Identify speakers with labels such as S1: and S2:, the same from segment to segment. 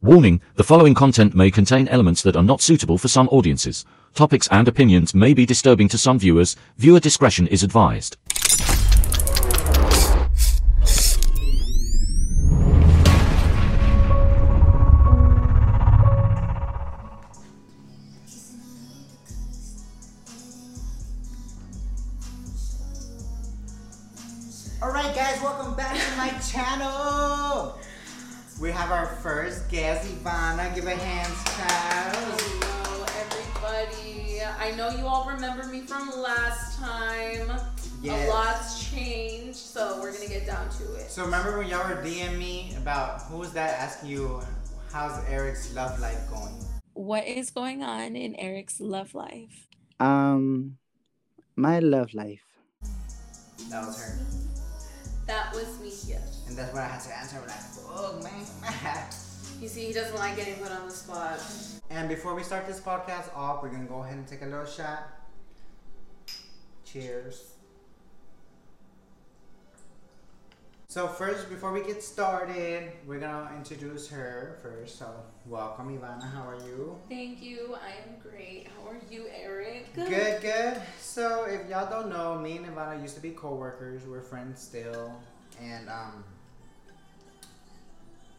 S1: Warning, the following content may contain elements that are not suitable for some audiences. Topics and opinions may be disturbing to some viewers. Viewer discretion is advised.
S2: Alright guys, welcome back to my channel! We have our first guest, Ivana. Give a hand clap.
S3: Hello, everybody. I know you all remember me from last time.
S2: Yes.
S3: A lot's changed, so we're gonna get down to it.
S2: So remember when y'all were DMing me about who was that asking you how's Eric's love life going?
S3: What is going on in Eric's love life?
S4: Um, my love life.
S2: That was her.
S3: That was me. Yes.
S2: And that's what I had to answer. I'm like, oh man.
S3: You see, he doesn't like getting put on the spot.
S2: and before we start this podcast off, we're gonna go ahead and take a little shot. Cheers. So first, before we get started, we're gonna introduce her first. So welcome, Ivana. How are you?
S3: Thank you. I am great. How are you, Eric?
S2: Good, good. So if y'all don't know, me and Ivana used to be coworkers. We're friends still, and um,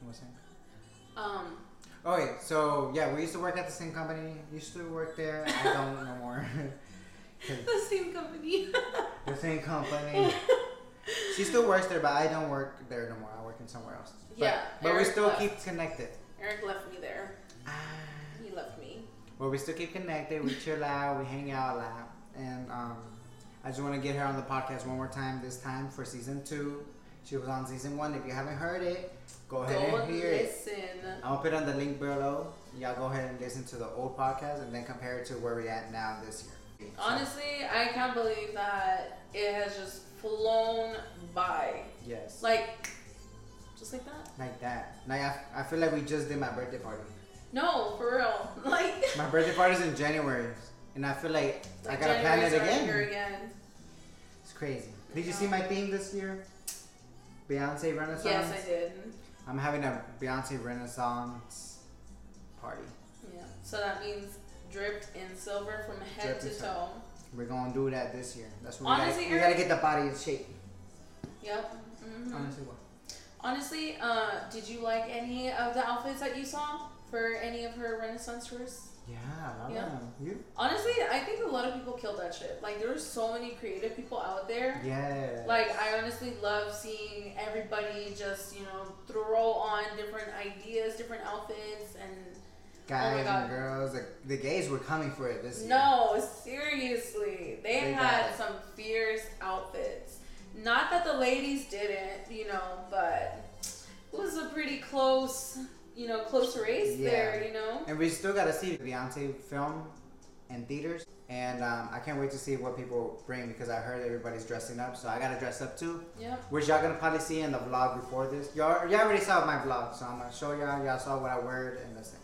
S2: what was that?
S3: Um,
S2: Oh yeah, so yeah, we used to work at the same company. Used to work there. I don't no more. 'Cause
S3: the same company.
S2: the same company. She still works there, but I don't work there no more. I work in somewhere else. But,
S3: Yeah,
S2: but we
S3: Eric
S2: still
S3: left. Ah.
S2: keep connected.
S3: Eric left me there. He left me.
S2: Well, we still keep connected. We chill out. We hang out a lot. And um, I just want to get her on the podcast one more time. This time for season two. She was on season one. If you haven't heard it, go ahead
S3: Go
S2: and hear it.
S3: listen.
S2: I'll put on the link below. Y'all go ahead and listen to the old podcast and then compare it to where we're at now this year.
S3: Honestly, I can't believe that it has just flown by.
S2: yes, like,
S3: Like, just like that?
S2: that. Like I, I feel like we just did my birthday party.
S3: No, for real. Like,
S2: My birthday party's in January, and I feel like I gotta plan
S3: January's
S2: it
S3: already
S2: again.
S3: Here again.
S2: It's crazy. Did you see my theme this year? Beyonce Renaissance.
S3: Yes, I did.
S2: I'm having a Beyonce Renaissance party.
S3: Yeah. So that means dripped in silver from head
S2: Dripped in
S3: to
S2: silver.
S3: toe.
S2: We're gonna do that this year. That's what
S3: Honestly, Mm-hmm.
S2: we, gotta, we gotta
S3: Eric-
S2: get the body in shape.
S3: Yep. hmm
S2: Honestly, what?
S3: Honestly, uh, did you like any of the outfits that you saw for any of her Renaissance tours?
S2: Yeah, I love
S3: Yeah.
S2: them. You?
S3: Honestly, I think a lot of people killed that shit. Like, there were so many creative people out there.
S2: Yeah.
S3: Like I oh honestly love seeing everybody just you know throw on different ideas, different outfits, and
S2: guys
S3: God.
S2: and girls, the, the gays were coming for it this year.
S3: no, seriously, they,
S2: They got
S3: had
S2: it.
S3: some fierce outfits. Not that the ladies didn't, you know, but it was a pretty close, you know, close race
S2: Yeah.
S3: there, you know.
S2: And we still gotta see Beyonce film in theaters. And um, I can't wait to see what people bring because I heard everybody's dressing up, so I gotta dress up too.
S3: Yep.
S2: Which y'all gonna probably see in the vlog before this. Y'all, y'all already saw my vlog, so I'm gonna show y'all. Y'all saw what I wore and this thing.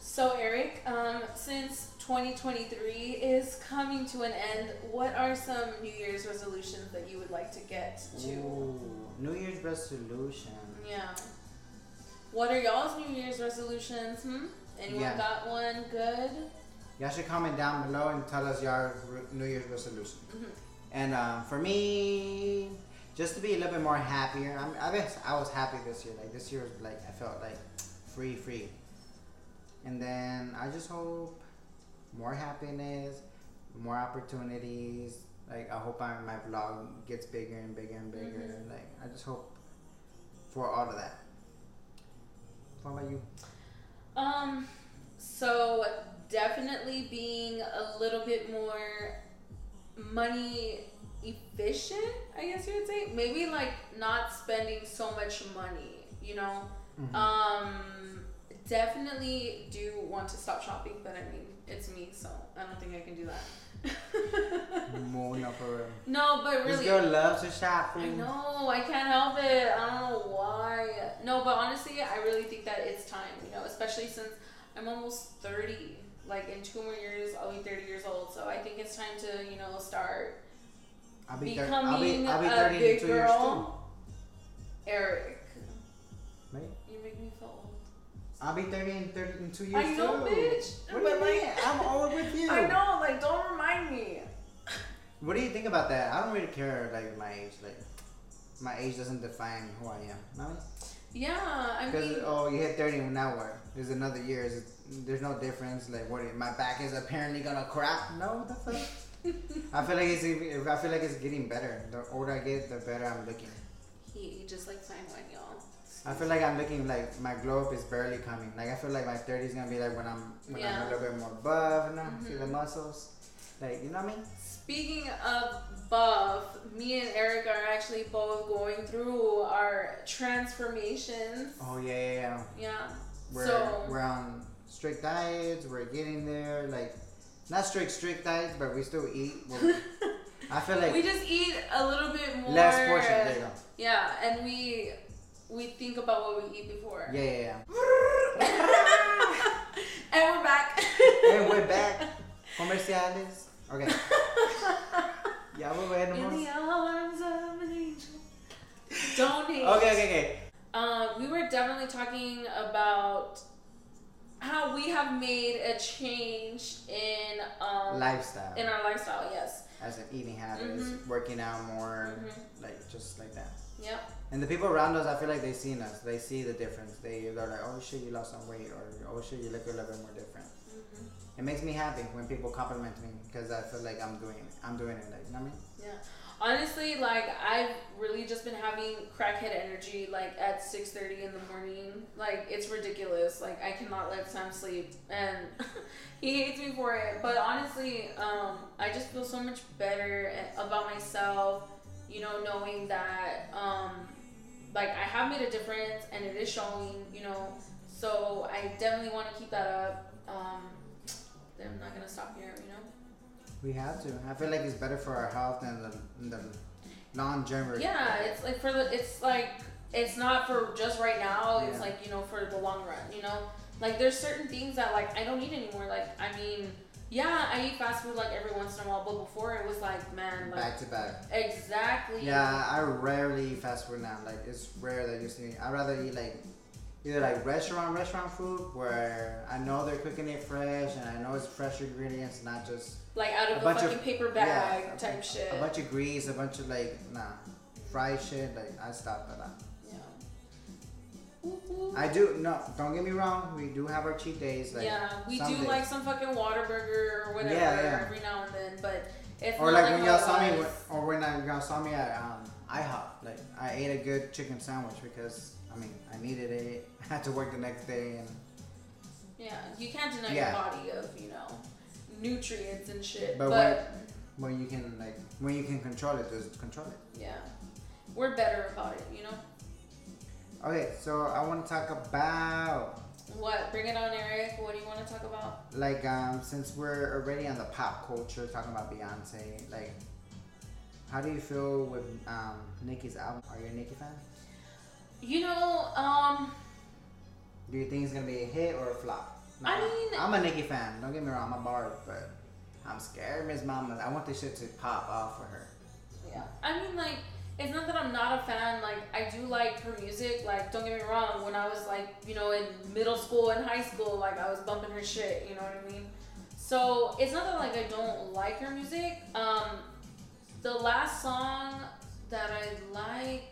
S3: So Eric, um, since 2023 is coming to an end, what are some New Year's resolutions that you would like to get to?
S2: Ooh, New Year's resolution.
S3: Yeah. What are y'all's New Year's resolutions? Hmm? Anyone
S2: Yeah.
S3: got one good?
S2: Y'all should comment down below and tell us your re- New Year's resolution.
S3: Mm-hmm.
S2: And um, for me, just to be a little bit more happier. I'm, I guess I was happy this year. Like this year was like I felt like free, free. And then I just hope more happiness, more opportunities. Like I hope I, my vlog gets bigger and bigger and bigger.
S3: Mm-hmm.
S2: Like I just hope for all of that. What about you?
S3: Um, so definitely being a little bit more money efficient, I guess you would say. Maybe like not spending so much money, you know?
S2: Mm-hmm.
S3: Um, definitely do want to stop shopping, but I mean, it's me, so I don't think I can do that.
S2: More no for real.
S3: no, but really.
S2: This girl loves to shop.
S3: I
S2: fool.
S3: know, I can't help it. I don't know why. No, but honestly, I really think that it's time, you know, especially since I'm almost 30. Like, in two more years, I'll be 30 years old. So I think it's time to, you know, start
S2: I'll be, thir- I'll
S3: becoming
S2: be, I'll be
S3: a
S2: 30 in
S3: big
S2: two years too.
S3: girl. Eric,
S2: Right?
S3: you make me feel old.
S2: I'll be 30 in, 30 in two years.
S3: I know,
S2: too.
S3: bitch.
S2: What do
S3: but
S2: you
S3: like,
S2: mean? I'm over with you.
S3: I know. Like, don't remind me.
S2: What do you think about that? I don't really care like my age. Like my age doesn't define who I am. No.
S3: Yeah, I
S2: Because
S3: mean,
S2: oh, you hit 30 and now what? There's another year. Is it, there's no difference. Like what? My back is apparently gonna crack. No, what the fuck. I feel like it's. even- I feel like it's getting better. The older I get, the better I'm looking.
S3: he just like fine wine, y'all.
S2: I feel like I'm looking like my glow up is barely coming. Like I feel like my 30s gonna be like when I'm when
S3: Yeah. Mm-hmm.
S2: I'm a little bit more buff. You know, see the muscles. Like you know what I mean?
S3: Speaking of buff, me and Eric are actually both going through our transformations.
S2: Oh yeah, yeah, yeah.
S3: Yeah.
S2: We're
S3: so
S2: we're on strict diets. We're getting there. Like not strict strict diets, but we still eat. We're- I feel like
S3: we just eat a little bit more.
S2: less portion. There you go.
S3: Yeah, and we we think about what we eat before.
S2: Yeah, yeah, yeah.
S3: and we're back.
S2: Hey, we're back. Comerciales. Okay. yeah, we're we're
S3: In
S2: animals.
S3: the arms of an angel. Don't hate.
S2: Okay, okay, okay.
S3: Um, we were definitely talking about how we have made a change in um
S2: Lifestyle.
S3: in our lifestyle. Yes.
S2: As in eating habits,
S3: Mhm.
S2: working out more,
S3: Mhm.
S2: like just like that.
S3: Yep.
S2: And the people around us, I feel like they've seen us. They see the difference. They they're like, oh shit, you lost some weight, or oh shit, you look a little bit more different.
S3: Mm-hmm.
S2: It makes me happy when people compliment me because I feel like I'm doing it. I'm doing it. Like, you know what I mean?
S3: Yeah. Honestly, like I've really just been having crackhead energy like at six thirty in the morning. Like it's ridiculous. Like I cannot let Sam sleep and he hates me for it. But honestly, um, I just feel so much better about myself, you know, knowing that um like I have made a difference and it is showing, you know. So I definitely want to keep that up. Um I'm not gonna stop here, you know.
S2: We have to. I feel like it's better for our health and the, and the longevity.
S3: Yeah, it's like for the it's like it's not for just right now. It's
S2: Yeah.
S3: like you know for the long run. You know, like there's certain things that like I don't need anymore. Like I mean, yeah, I eat fast food like every once in a while, but before it was like man, like
S2: back to back.
S3: exactly.
S2: Yeah, I rarely eat fast food now. Like it's rare that you see me. I rather eat like either like restaurant restaurant food where I know they're cooking it fresh and I know it's fresh ingredients, not just
S3: Like out
S2: A
S3: of a,
S2: bunch of-
S3: fucking paper bag
S2: yeah, a-
S3: type shit.
S2: a bunch of grease, a bunch of like nah, fried shit. Like I stopped at that.
S3: yeah. Ooh, ooh.
S2: I do no. Don't get me wrong. We do have our cheat days. Like
S3: yeah, we
S2: some
S3: do
S2: days.
S3: like some fucking Whataburger or whatever
S2: Yeah, yeah.
S3: every now and then, but it's
S2: Or
S3: not
S2: like, when
S3: how
S2: y'all
S3: it
S2: saw me,
S3: was.
S2: when- or when I- y'all saw me at um, IHOP, like I ate a good chicken sandwich because I mean I needed it. I had to work the next day and
S3: Yeah, you can't deny
S2: Yeah.
S3: your body of you know nutrients and shit.
S2: But
S3: But,
S2: when you can like when you can control it, just control it.
S3: yeah, we're better about it. You know
S2: Okay, so I want to talk about
S3: what? Bring it on, Eric. What do you want to talk about?
S2: like um since we're already on the pop culture talking about Beyonce, like how do you feel with um Nicki's album? Are you a Nicki fan?
S3: You know, um,
S2: Do you think it's gonna be a hit or a flop? No,
S3: I mean-
S2: I'm a Nicki fan. Don't get me wrong, I'm a Barb, but I'm scared, Miss Mama. I want this shit to pop off for her.
S3: yeah. I mean, like, it's not that I'm not a fan. Like, I do like her music. Like, don't get me wrong. When I was like, you know, in middle school and high school, like, I was bumping her shit. You know what I mean? So it's not that like I don't like her music. Um, the last song that I like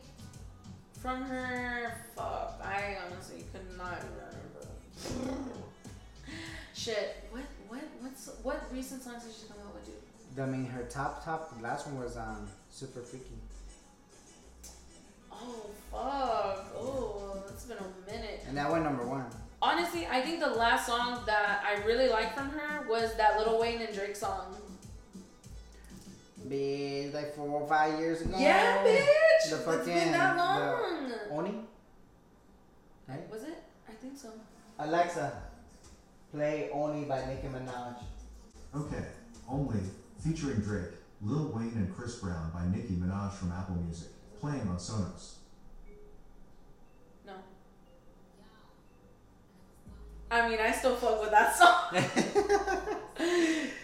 S3: from her, fuck, I honestly could not remember. Shit, what, what, what's, what recent songs did she come out with, dude?
S2: I mean, her top top last one was um super freaky.
S3: Oh fuck! Oh, it's been a minute.
S2: And that went number one.
S3: Honestly, I think the last song that I really liked from her was that Little Wayne and Drake song.
S2: Bitch, like four or five years ago.
S3: Yeah, bitch.
S2: The
S3: it's been
S2: fucking-
S3: that
S2: the-
S3: long.
S2: Oni? Right?
S3: Was it? I think so.
S2: Alexa, play Oni by Nicki Minaj.
S5: Okay, Only, featuring Drake, Lil Wayne, and Chris Brown by Nicki Minaj from Apple Music, playing on Sonos.
S3: No. I mean, I still fuck with that song.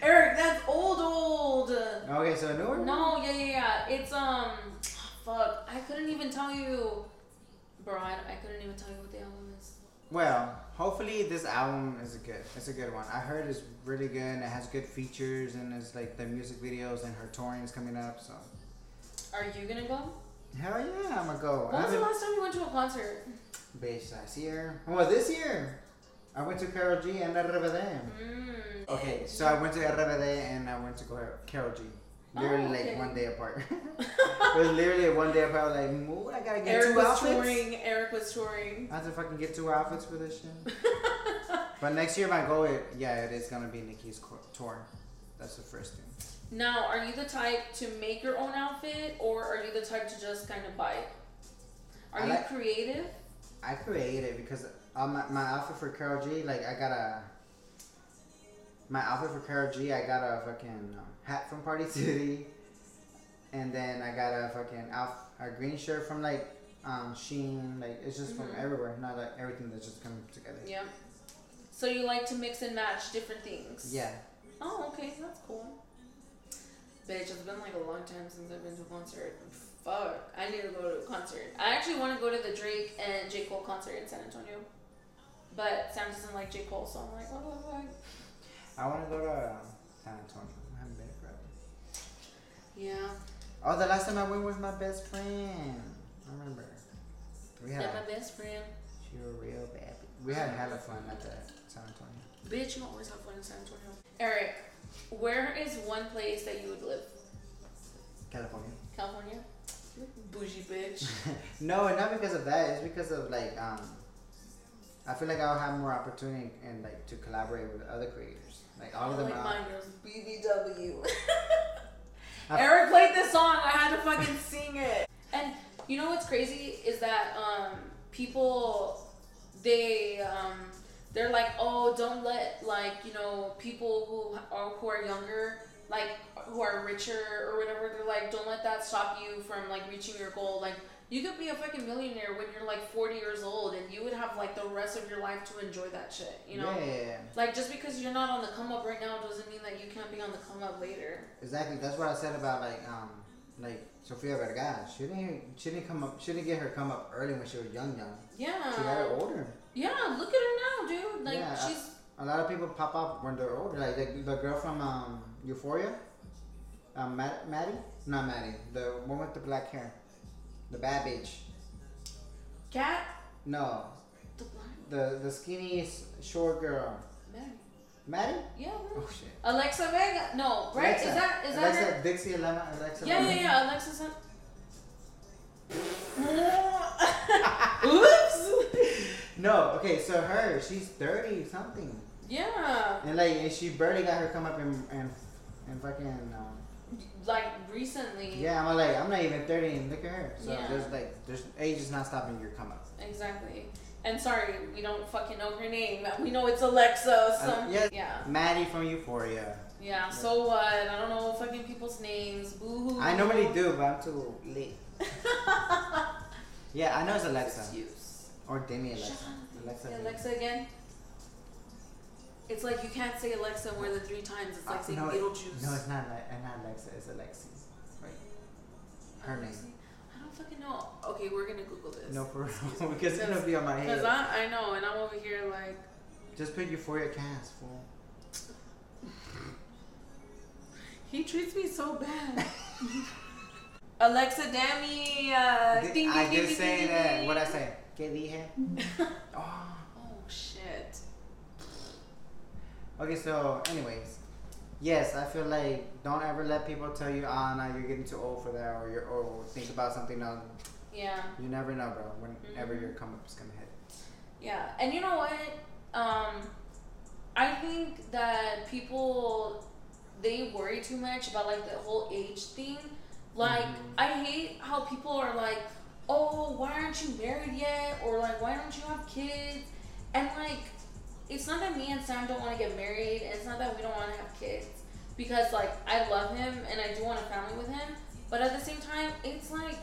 S3: Eric, that's old, old.
S2: Okay, so newer?
S3: No, yeah, yeah, yeah. It's um, fuck. I couldn't even tell you, bro. I, I couldn't even tell you what the album is.
S2: Well, hopefully this album is a good. It's a good one. I heard it's really good. and It has good features and it's like the music videos and her touring is coming up. So
S3: Are you gonna go?
S2: hell yeah, I'm gonna go.
S3: When
S2: I
S3: was the
S2: haven't-
S3: last time you went to a concert?
S2: Bitch, last year. Well, this year. I went to Carol G and RBD.
S3: Mm.
S2: Okay, so I went to RBD and I went to Car- Carol G. Literally
S3: Oh, okay.
S2: like one day apart. it was literally one day apart. I was like, move, I gotta get
S3: Eric
S2: two
S3: was
S2: outfits.
S3: touring. Eric was touring.
S2: I have to fucking get two outfits for this shit. but next year, my goal, it, yeah, it is gonna be Nikki's co- tour. That's the first thing.
S3: Now, are you the type to make your own outfit, or are you the type to just kind of buy it? Are
S2: I
S3: you
S2: like-
S3: creative?
S2: I created it because uh, my, my outfit for Carol G, like I got a my outfit for Carol G, I got a fucking um, hat from Party City, and then I got a fucking outf- a green shirt from like um Sheen, like it's just from everywhere, not like everything that's just coming together.
S3: Yeah. So you like to mix and match different things.
S2: Yeah,
S3: Oh, okay, that's cool. Bitch, it's been like a long time since I've been to a concert. Fuck, I need to go to a concert. I actually want to go to the Drake and J Cole concert in San Antonio, but Sam doesn't like J Cole, so I'm like, what the fuck?
S2: I want to go to uh, San Antonio. I haven't been forever.
S3: Yeah.
S2: Oh, the last time I went was my best friend. I remember. We had
S3: yeah,
S2: a,
S3: my best friend.
S2: she was real bad. We had hella fun at the San Antonio.
S3: Bitch, you always have fun in San Antonio. Eric, where is one place that you would live?
S2: California.
S3: California? Bougie bitch.
S2: No, and not because of that. It's because of like um, I feel like I'll have more opportunity and like to collaborate with other creators. Like all of them.
S3: like
S2: are-
S3: mine was BBW.
S2: I-
S3: Eric played this song. I had to fucking sing it. And you know what's crazy is that um, people they um, they're like, oh, don't let like you know people who are who are younger. Like who are richer or whatever, they're like, don't let that stop you from like reaching your goal. Like you could be a fucking millionaire when you're like 40 years old, and you would have like the rest of your life to enjoy that shit. You know?
S2: Yeah,
S3: Like just because you're not on the come up right now doesn't mean that you can't be on the come up later.
S2: exactly. That's what I said about like um, like Sofia Vergara. She didn't she didn't come up. She didn't get her come up early when she was young, young. She got her
S3: Yeah.
S2: older.
S3: Yeah, look at her now, dude. Like
S2: Yeah, I-
S3: she's
S2: A lot of people pop up when they're older. Like the, the girl from um Euphoria, um Matt, Maddie, not Maddie, the one with the black hair, the bad bitch.
S3: cat
S2: No,
S3: the blind
S2: the the skinny s- short girl,
S3: man.
S2: Maddie.
S3: Yeah.
S2: Oh
S3: man.
S2: shit.
S3: Alexa Vega. No, right?
S2: Alexa.
S3: Is that is that
S2: Alexa,
S3: her?
S2: Dixie Lemon, Alexa.
S3: Yeah,
S2: Lemon.
S3: yeah, yeah. Alexa's. Not... Oops.
S2: No, okay, so her, she's thirty something,
S3: Yeah.
S2: and like, and she barely got her come up and and, and fucking. Um,
S3: Like recently.
S2: yeah, I'm like, I'm not even thirty, and look at her. So
S3: Yeah.
S2: there's like, there's age is not stopping your come up.
S3: Exactly. And sorry, we don't fucking know her name. We know it's Alexa. So
S2: Uh, yeah.
S3: yeah.
S2: Maddie from Euphoria.
S3: Yeah, so what? I don't know fucking people's names. Boo hoo.
S2: I normally do, but I'm too late. Yeah, I know it's Alexa
S3: Excuse.
S2: or Demi Alexa.
S3: Shut up.
S2: Alexa.
S3: Say
S2: Demi.
S3: Alexa again. It's like you can't say Alexa more than three times. It's like
S2: Uh,
S3: saying
S2: no, it-
S3: Beetlejuice.
S2: No, it's not. Like, not Alexa. It's Alexis. Right. Her name.
S3: I don't fucking know. Okay, we're gonna Google this.
S2: No, for real, because it'll be on my
S3: Cause
S2: head.
S3: I, I know, and I'm over here like,
S2: Just put Euphoria cast, fool.
S3: he treats me so bad. Alexa, Demi, uh,
S2: Did-
S3: ding,
S2: I
S3: ding, ding,
S2: did
S3: ding,
S2: say
S3: ding,
S2: that.
S3: ding.
S2: What I say? Que dije? oh.
S3: Oh shit.
S2: Okay, so anyways, yes, I feel like don't ever let people tell you, ah, now you're getting too old for that, or you're or think about something else.
S3: Yeah.
S2: You never know, bro. Whenever
S3: Mhm.
S2: your come up is gonna hit.
S3: Yeah, and you know what? Um, I think that people they worry too much about like the whole age thing. Like, I hate how people are like, "Oh, why aren't you married yet?" or like, "Why don't you have kids?" And like, it's not that me and Sam don't want to get married. and It's not that we don't want to have kids because like I love him and I do want a family with him. But at the same time, it's like,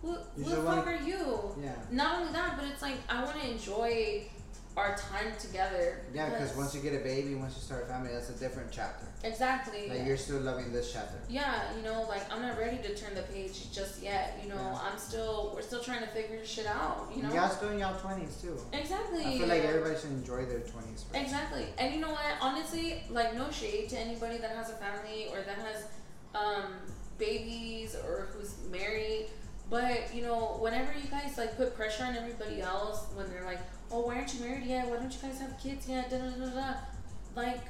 S3: who,
S2: You
S3: who the
S2: just
S3: fuck
S2: wanna-
S3: are you?
S2: Yeah.
S3: not only that, but it's like I want to enjoy our time together.
S2: Yeah, because once you get a baby, once you start a family, that's a different chapter.
S3: exactly.
S2: Like you're still loving this chapter.
S3: yeah, you know, like I'm not ready to turn the page just yet. You know,
S2: Yeah.
S3: I'm still we're still trying to figure shit out. You know,
S2: Y'all still in y'all twenties too.
S3: exactly.
S2: I feel like everybody should enjoy their twenties.
S3: Exactly. And you know what? Honestly, like no shade to anybody that has a family or that has um babies or who's married. But you know, whenever you guys like put pressure on everybody else when they're like, Oh, why aren't you married yet? Why don't you guys have kids yet? Da da da da, da like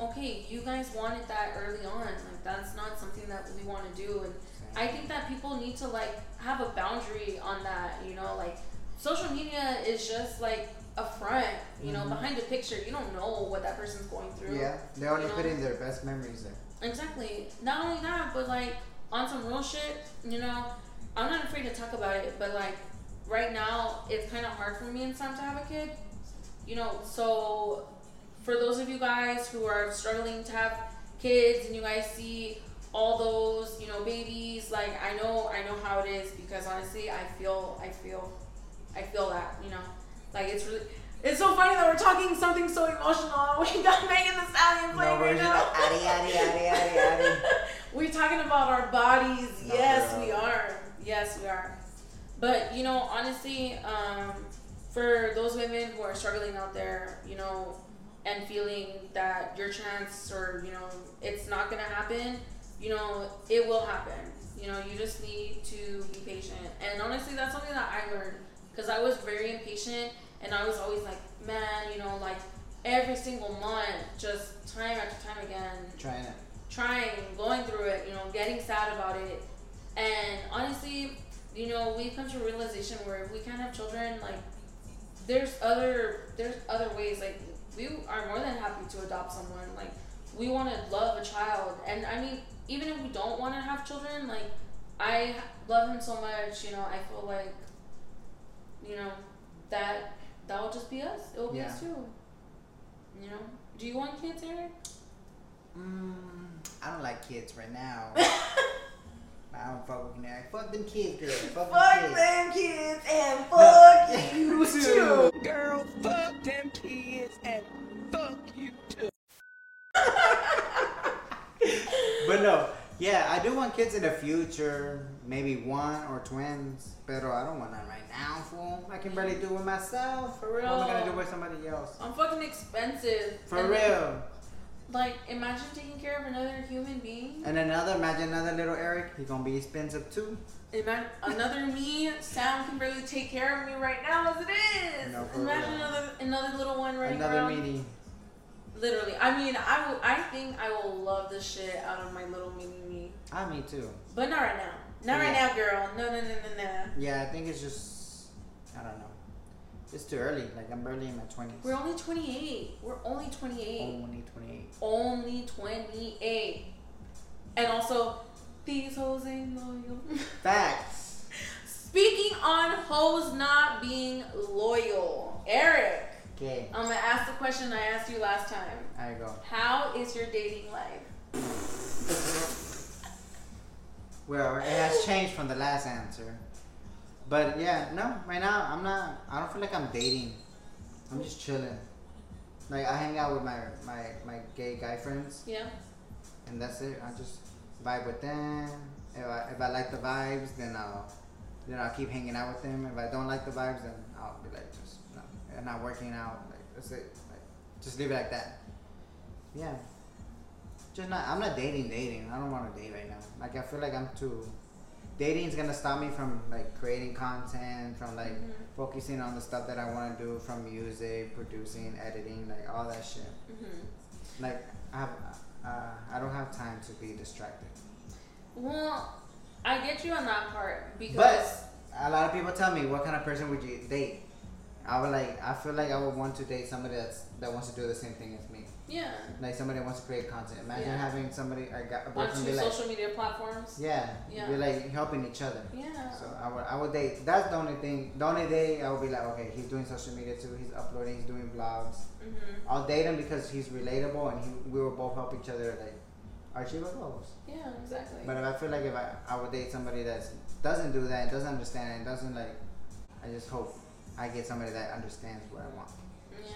S3: okay, you guys wanted that early on. Like that's not something that we want to do and I think that people need to like have a boundary on that, you know, like social media is just like a front, you know, behind a picture. You don't know what that person's going through.
S2: Yeah, they only
S3: You know?
S2: put in their best memories there.
S3: Exactly. Not only that, but like on some real shit, you know, I'm not afraid to talk about it, but like right now it's kind of hard for me and Sam to have a kid. You know, so for those of you guys who are struggling to have kids and you guys see all those, you know, babies, like I know I know how it is because honestly, I feel I feel I feel that, you know. Like it's really it's so funny that we're talking something so emotional. We got Megan the Stallion playing right
S2: just
S3: now.
S2: like, "Addy, addy, addy, addy, addy."
S3: We're talking about our bodies.
S2: No,
S3: yes,
S2: girl.
S3: we are. Yes, we are. But you know, honestly, um, for those women who are struggling out there, you know, and feeling that your chance or you know it's not gonna happen, you know, it will happen. You know, you just need to be patient. And honestly, that's something that I learned because I was very impatient and I was always like, man, you know, like every single month, just time after time again,
S2: Trying it.
S3: trying, going through it, you know, getting sad about it. And honestly, you know, we come to a realization where if we can't have children, like there's other there's other ways. Like we are more than happy to adopt someone. Like we want to love a child, and I mean, even if we don't want to have children, like I love him so much. You know, I feel like you know that that will just be us. It will be
S2: Yeah.
S3: us too. You know. Do you want kids, Eric?
S2: Mm, I don't like kids right now. I don't fuck with Canary. Fuck them kids, girl. Fuck, them kids.
S3: kids and
S2: fuck you too.
S6: Girl, fuck them kids and fuck you too.
S2: But no, yeah, I do want kids in the future. Maybe one or twins. But I don't want none right now, fool. I can barely do it myself. For real. What am I gonna do with somebody else?
S3: I'm fucking expensive.
S2: For
S3: And,
S2: real.
S3: Like, imagine taking care of another human being.
S2: And another, imagine another little Eric. He's gonna be expensive too.
S3: Imagine another me. Sam can barely take care of me right now as it is.
S2: No, for
S3: imagine
S2: real.
S3: another another little one running
S2: Another
S3: around.
S2: mini.
S3: Literally, I mean, I will. I think I will love the shit out of my little mini me.
S2: Ah, me too.
S3: But not right now. Not right
S2: Yeah.
S3: now, girl. No, no, no, no, no.
S2: Yeah, I think it's just, I don't know. It's too early. Like I'm barely in my twenties.
S3: We're only 28. We're only 28.
S2: only 28.
S3: only 28. And also, these hoes ain't loyal.
S2: Facts.
S3: Speaking on hoes not being loyal, Eric,
S2: Okay.
S3: I'm gonna ask the question I asked you last time.
S2: There you go.
S3: How is your dating life?
S2: Well, it has changed from the last answer. But yeah, no, right now I'm not. I don't feel like I'm dating. I'm just chilling. Like I hang out with my my my gay guy friends,
S3: Yeah.
S2: and that's it. I just vibe with them. If I if I like the vibes, then I'll then I'll keep hanging out with them. If I don't like the vibes, then I'll be like just no, and not working out. Like that's it. Like just leave it like that. Yeah. Just not. I'm not dating. Dating. I don't want to date right now. Like I feel like I'm too. Dating's gonna stop me from like creating content, from like focusing on the stuff that I want to do, from music, producing, editing, like all that shit.
S3: Mm-hmm.
S2: Like I have, uh, I don't have time to be distracted.
S3: Well, I get you on that part because.
S2: But a lot of people tell me, what kind of person would you date? I would like. I feel like I would want to date somebody that's that wants to do the same thing as me.
S3: yeah.
S2: Like somebody that wants to create content. Imagine
S3: Yeah.
S2: having somebody I got a
S3: On
S2: boyfriend
S3: two
S2: be like,
S3: social media platforms.
S2: yeah,
S3: Yeah.
S2: we're like helping each other.
S3: Yeah.
S2: So I would, I would date. That's the only thing. The only day I would be like, okay, he's doing social media too. He's uploading. He's doing vlogs.
S3: hmm
S2: I'll date him because he's relatable and he, we will both help each other like achieve our goals.
S3: Yeah, exactly.
S2: But if I feel like if I, I would date somebody that doesn't do that, doesn't understand, and doesn't like, I just hope I get somebody that understands what I want.
S3: yeah.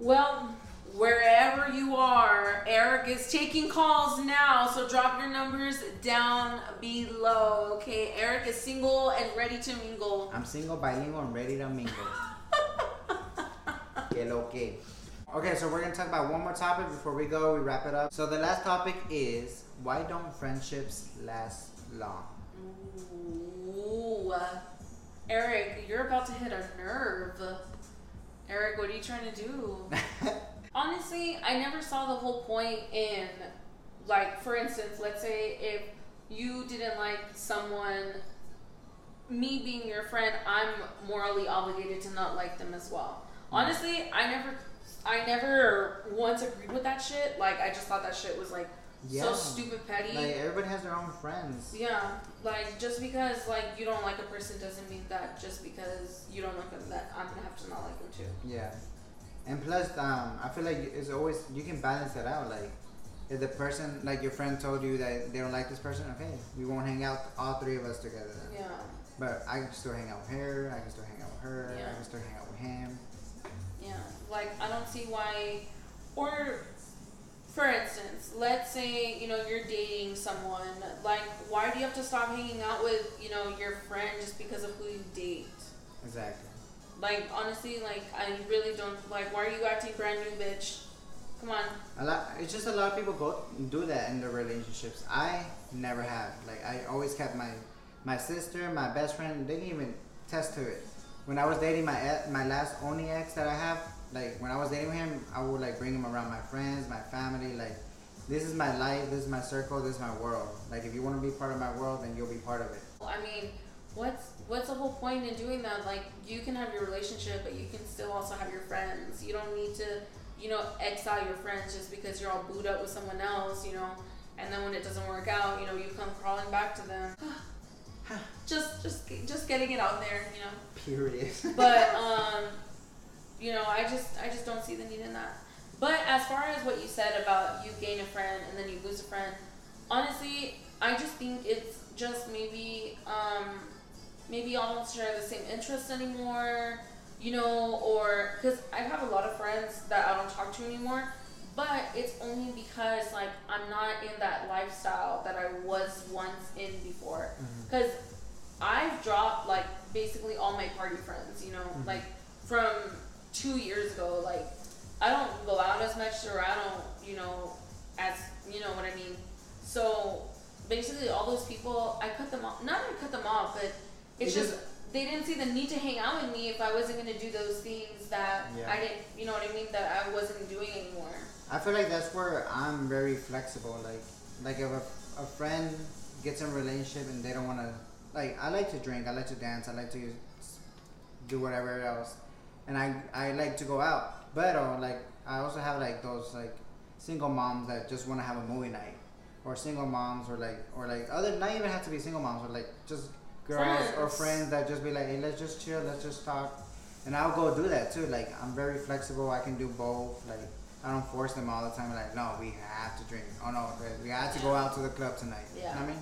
S3: Well, wherever you are, Eric is taking calls now, so drop your numbers down below. Okay, Eric is single and ready to mingle.
S2: I'm single, bilingual, and ready to mingle. Que lo que. Okay, so we're gonna talk about one more topic before we go. We wrap it up. So the last topic is why don't friendships last long?
S3: Ooh. Eric, you're about to hit a nerve. Eric, what are you trying to do? Honestly, I never saw the whole point in, like, for instance, let's say if you didn't like someone, me being your friend, I'm morally obligated to not like them as well.
S2: Mm.
S3: Honestly, I never, I never once agreed with that shit. Like, I just thought that shit was like
S2: Yeah.
S3: so stupid petty.
S2: Like everybody has their own friends.
S3: Yeah, like just because like you don't like a person doesn't mean that just because you don't like them that I'm gonna have to not like them too.
S2: Yeah. And plus, um, I feel like it's always you can balance it out. Like, if the person, like your friend, told you that they don't like this person, okay, we won't hang out all three of us together. Then.
S3: Yeah,
S2: But I can still hang out with her. I can still hang out with her.
S3: Yeah.
S2: I can still hang out with him.
S3: yeah. Like I don't see why, or for instance, let's say you know you're dating someone. Like why do you have to stop hanging out with you know your friend just because of who you date?
S2: Exactly.
S3: Like honestly, like I really don't like. Why are you acting brand new, bitch? Come on.
S2: A lot. It's just a lot of people go do that in their relationships. I never have. Like I always kept my my sister, my best friend. They didn't even test to it. When I was dating my ex, my last only ex that I have, like when I was dating him, I would like bring him around my friends, my family. Like this is my life. This is my circle. This is my world. Like if you want to be part of my world, then you'll be part of it.
S3: I mean, what's what's the whole point in doing that? Like, you can have your relationship, but you can still also have your friends. You don't need to, you know, exile your friends just because you're all booed up with someone else, you know. And then when it doesn't work out, you know, you come crawling back to them. just, just, just getting it out there, you know
S2: Period.
S3: but um, you know, I just I just don't see the need in that. But as far as what you said about you gain a friend and then you lose a friend, honestly, I just think it's just maybe um, maybe y'all don't share the same interests anymore, you know, or because I have a lot of friends that I don't talk to anymore. But it's only because like I'm not in that lifestyle that I was once in before. Because I've dropped like basically all my party friends, you know, like from two years ago. Like I don't go out as much, or I don't, you know, as you know what I mean. So basically, all those people, I cut them off. Not I cut them off, but it's
S2: You
S3: just
S2: just-
S3: they didn't see the need to hang out with me if I wasn't gonna do those things that
S2: Yeah.
S3: I didn't, you know what I mean, that I wasn't doing anymore.
S2: I feel like that's where I'm very flexible. Like, like if a, a friend gets in a relationship and they don't want to, like, I like to drink, I like to dance, I like to s- do whatever else, and I I like to go out. But or like I also have like those like single moms that just want to have a movie night, or single moms, or like or like other not even have to be single moms, or like just girls or
S3: Friends.
S2: friends that just be like, hey, let's just chill, let's just talk, and I'll go do that too. Like I'm very flexible, I can do both. Like I don't force them all the time. Like no, we have to drink. Oh no, we have to go out to the club tonight. You know what
S3: Yeah.
S2: I mean.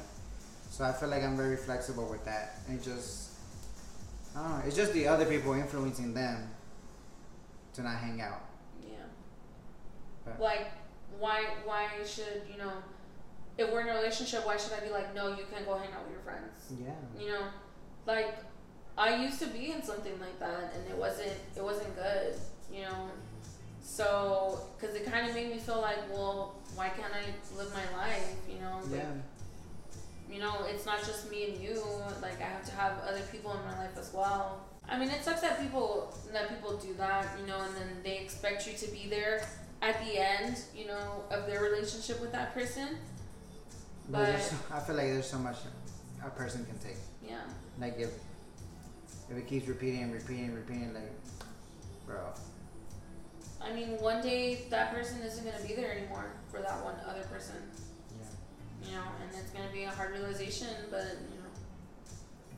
S2: So I feel like I'm very flexible with that. It just, I don't know. It's just the other people influencing them to not hang out.
S3: Yeah.
S2: Right.
S3: Like, why? Why should you know? If we're in a relationship, why should I be like, no, you can't go hang out with your friends?
S2: Yeah.
S3: You know, like I used to be in something like that, and it wasn't it wasn't good. You know, so because it kind of made me feel like, well, why can't I live my life? You know, Like,
S2: Yeah.
S3: you know, it's not just me and you. Like I have to have other people in my life as well. I mean, it sucks that people that people do that, you know, and then they expect you to be there at the end, you know, of their relationship with that person.
S2: But
S3: But
S2: there's so, I feel like there's so much a person can take.
S3: yeah,
S2: Like if if it keeps repeating and repeating and repeating, like, bro,
S3: I mean, one day that person isn't gonna be there anymore for that one other person,
S2: yeah,
S3: you know, and it's gonna be a hard realization. But you know,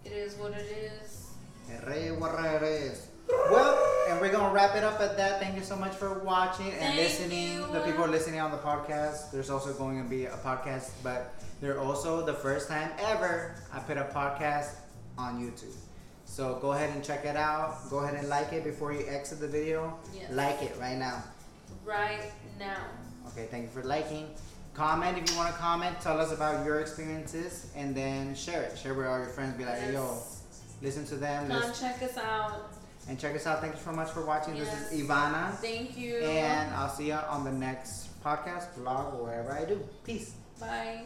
S3: it is what it is.
S2: Erré, guarra, errés. Well, and we're gonna wrap it up at that. Thank you so much for watching and
S3: Thank
S2: listening.
S3: you.
S2: The people listening on the podcast, there's also going to be a podcast, but they're also the first time ever I put a podcast on YouTube. So go ahead and check it out. Go ahead and like it before you exit the video.
S3: Yes.
S2: Like it right now.
S3: right now.
S2: Okay, thank you for liking. Comment if you want to comment. Tell us about your experiences and then share it. Share with all your friends. Be like, hey, yo,
S3: Yes.
S2: listen to them.
S3: Come
S2: Let's,
S3: check us out.
S2: and check us out. Thank you so much for watching.
S3: Yes.
S2: This is Ivana.
S3: Thank you.
S2: And I'll see you on the next podcast, vlog, or wherever I do. Peace.
S3: Bye.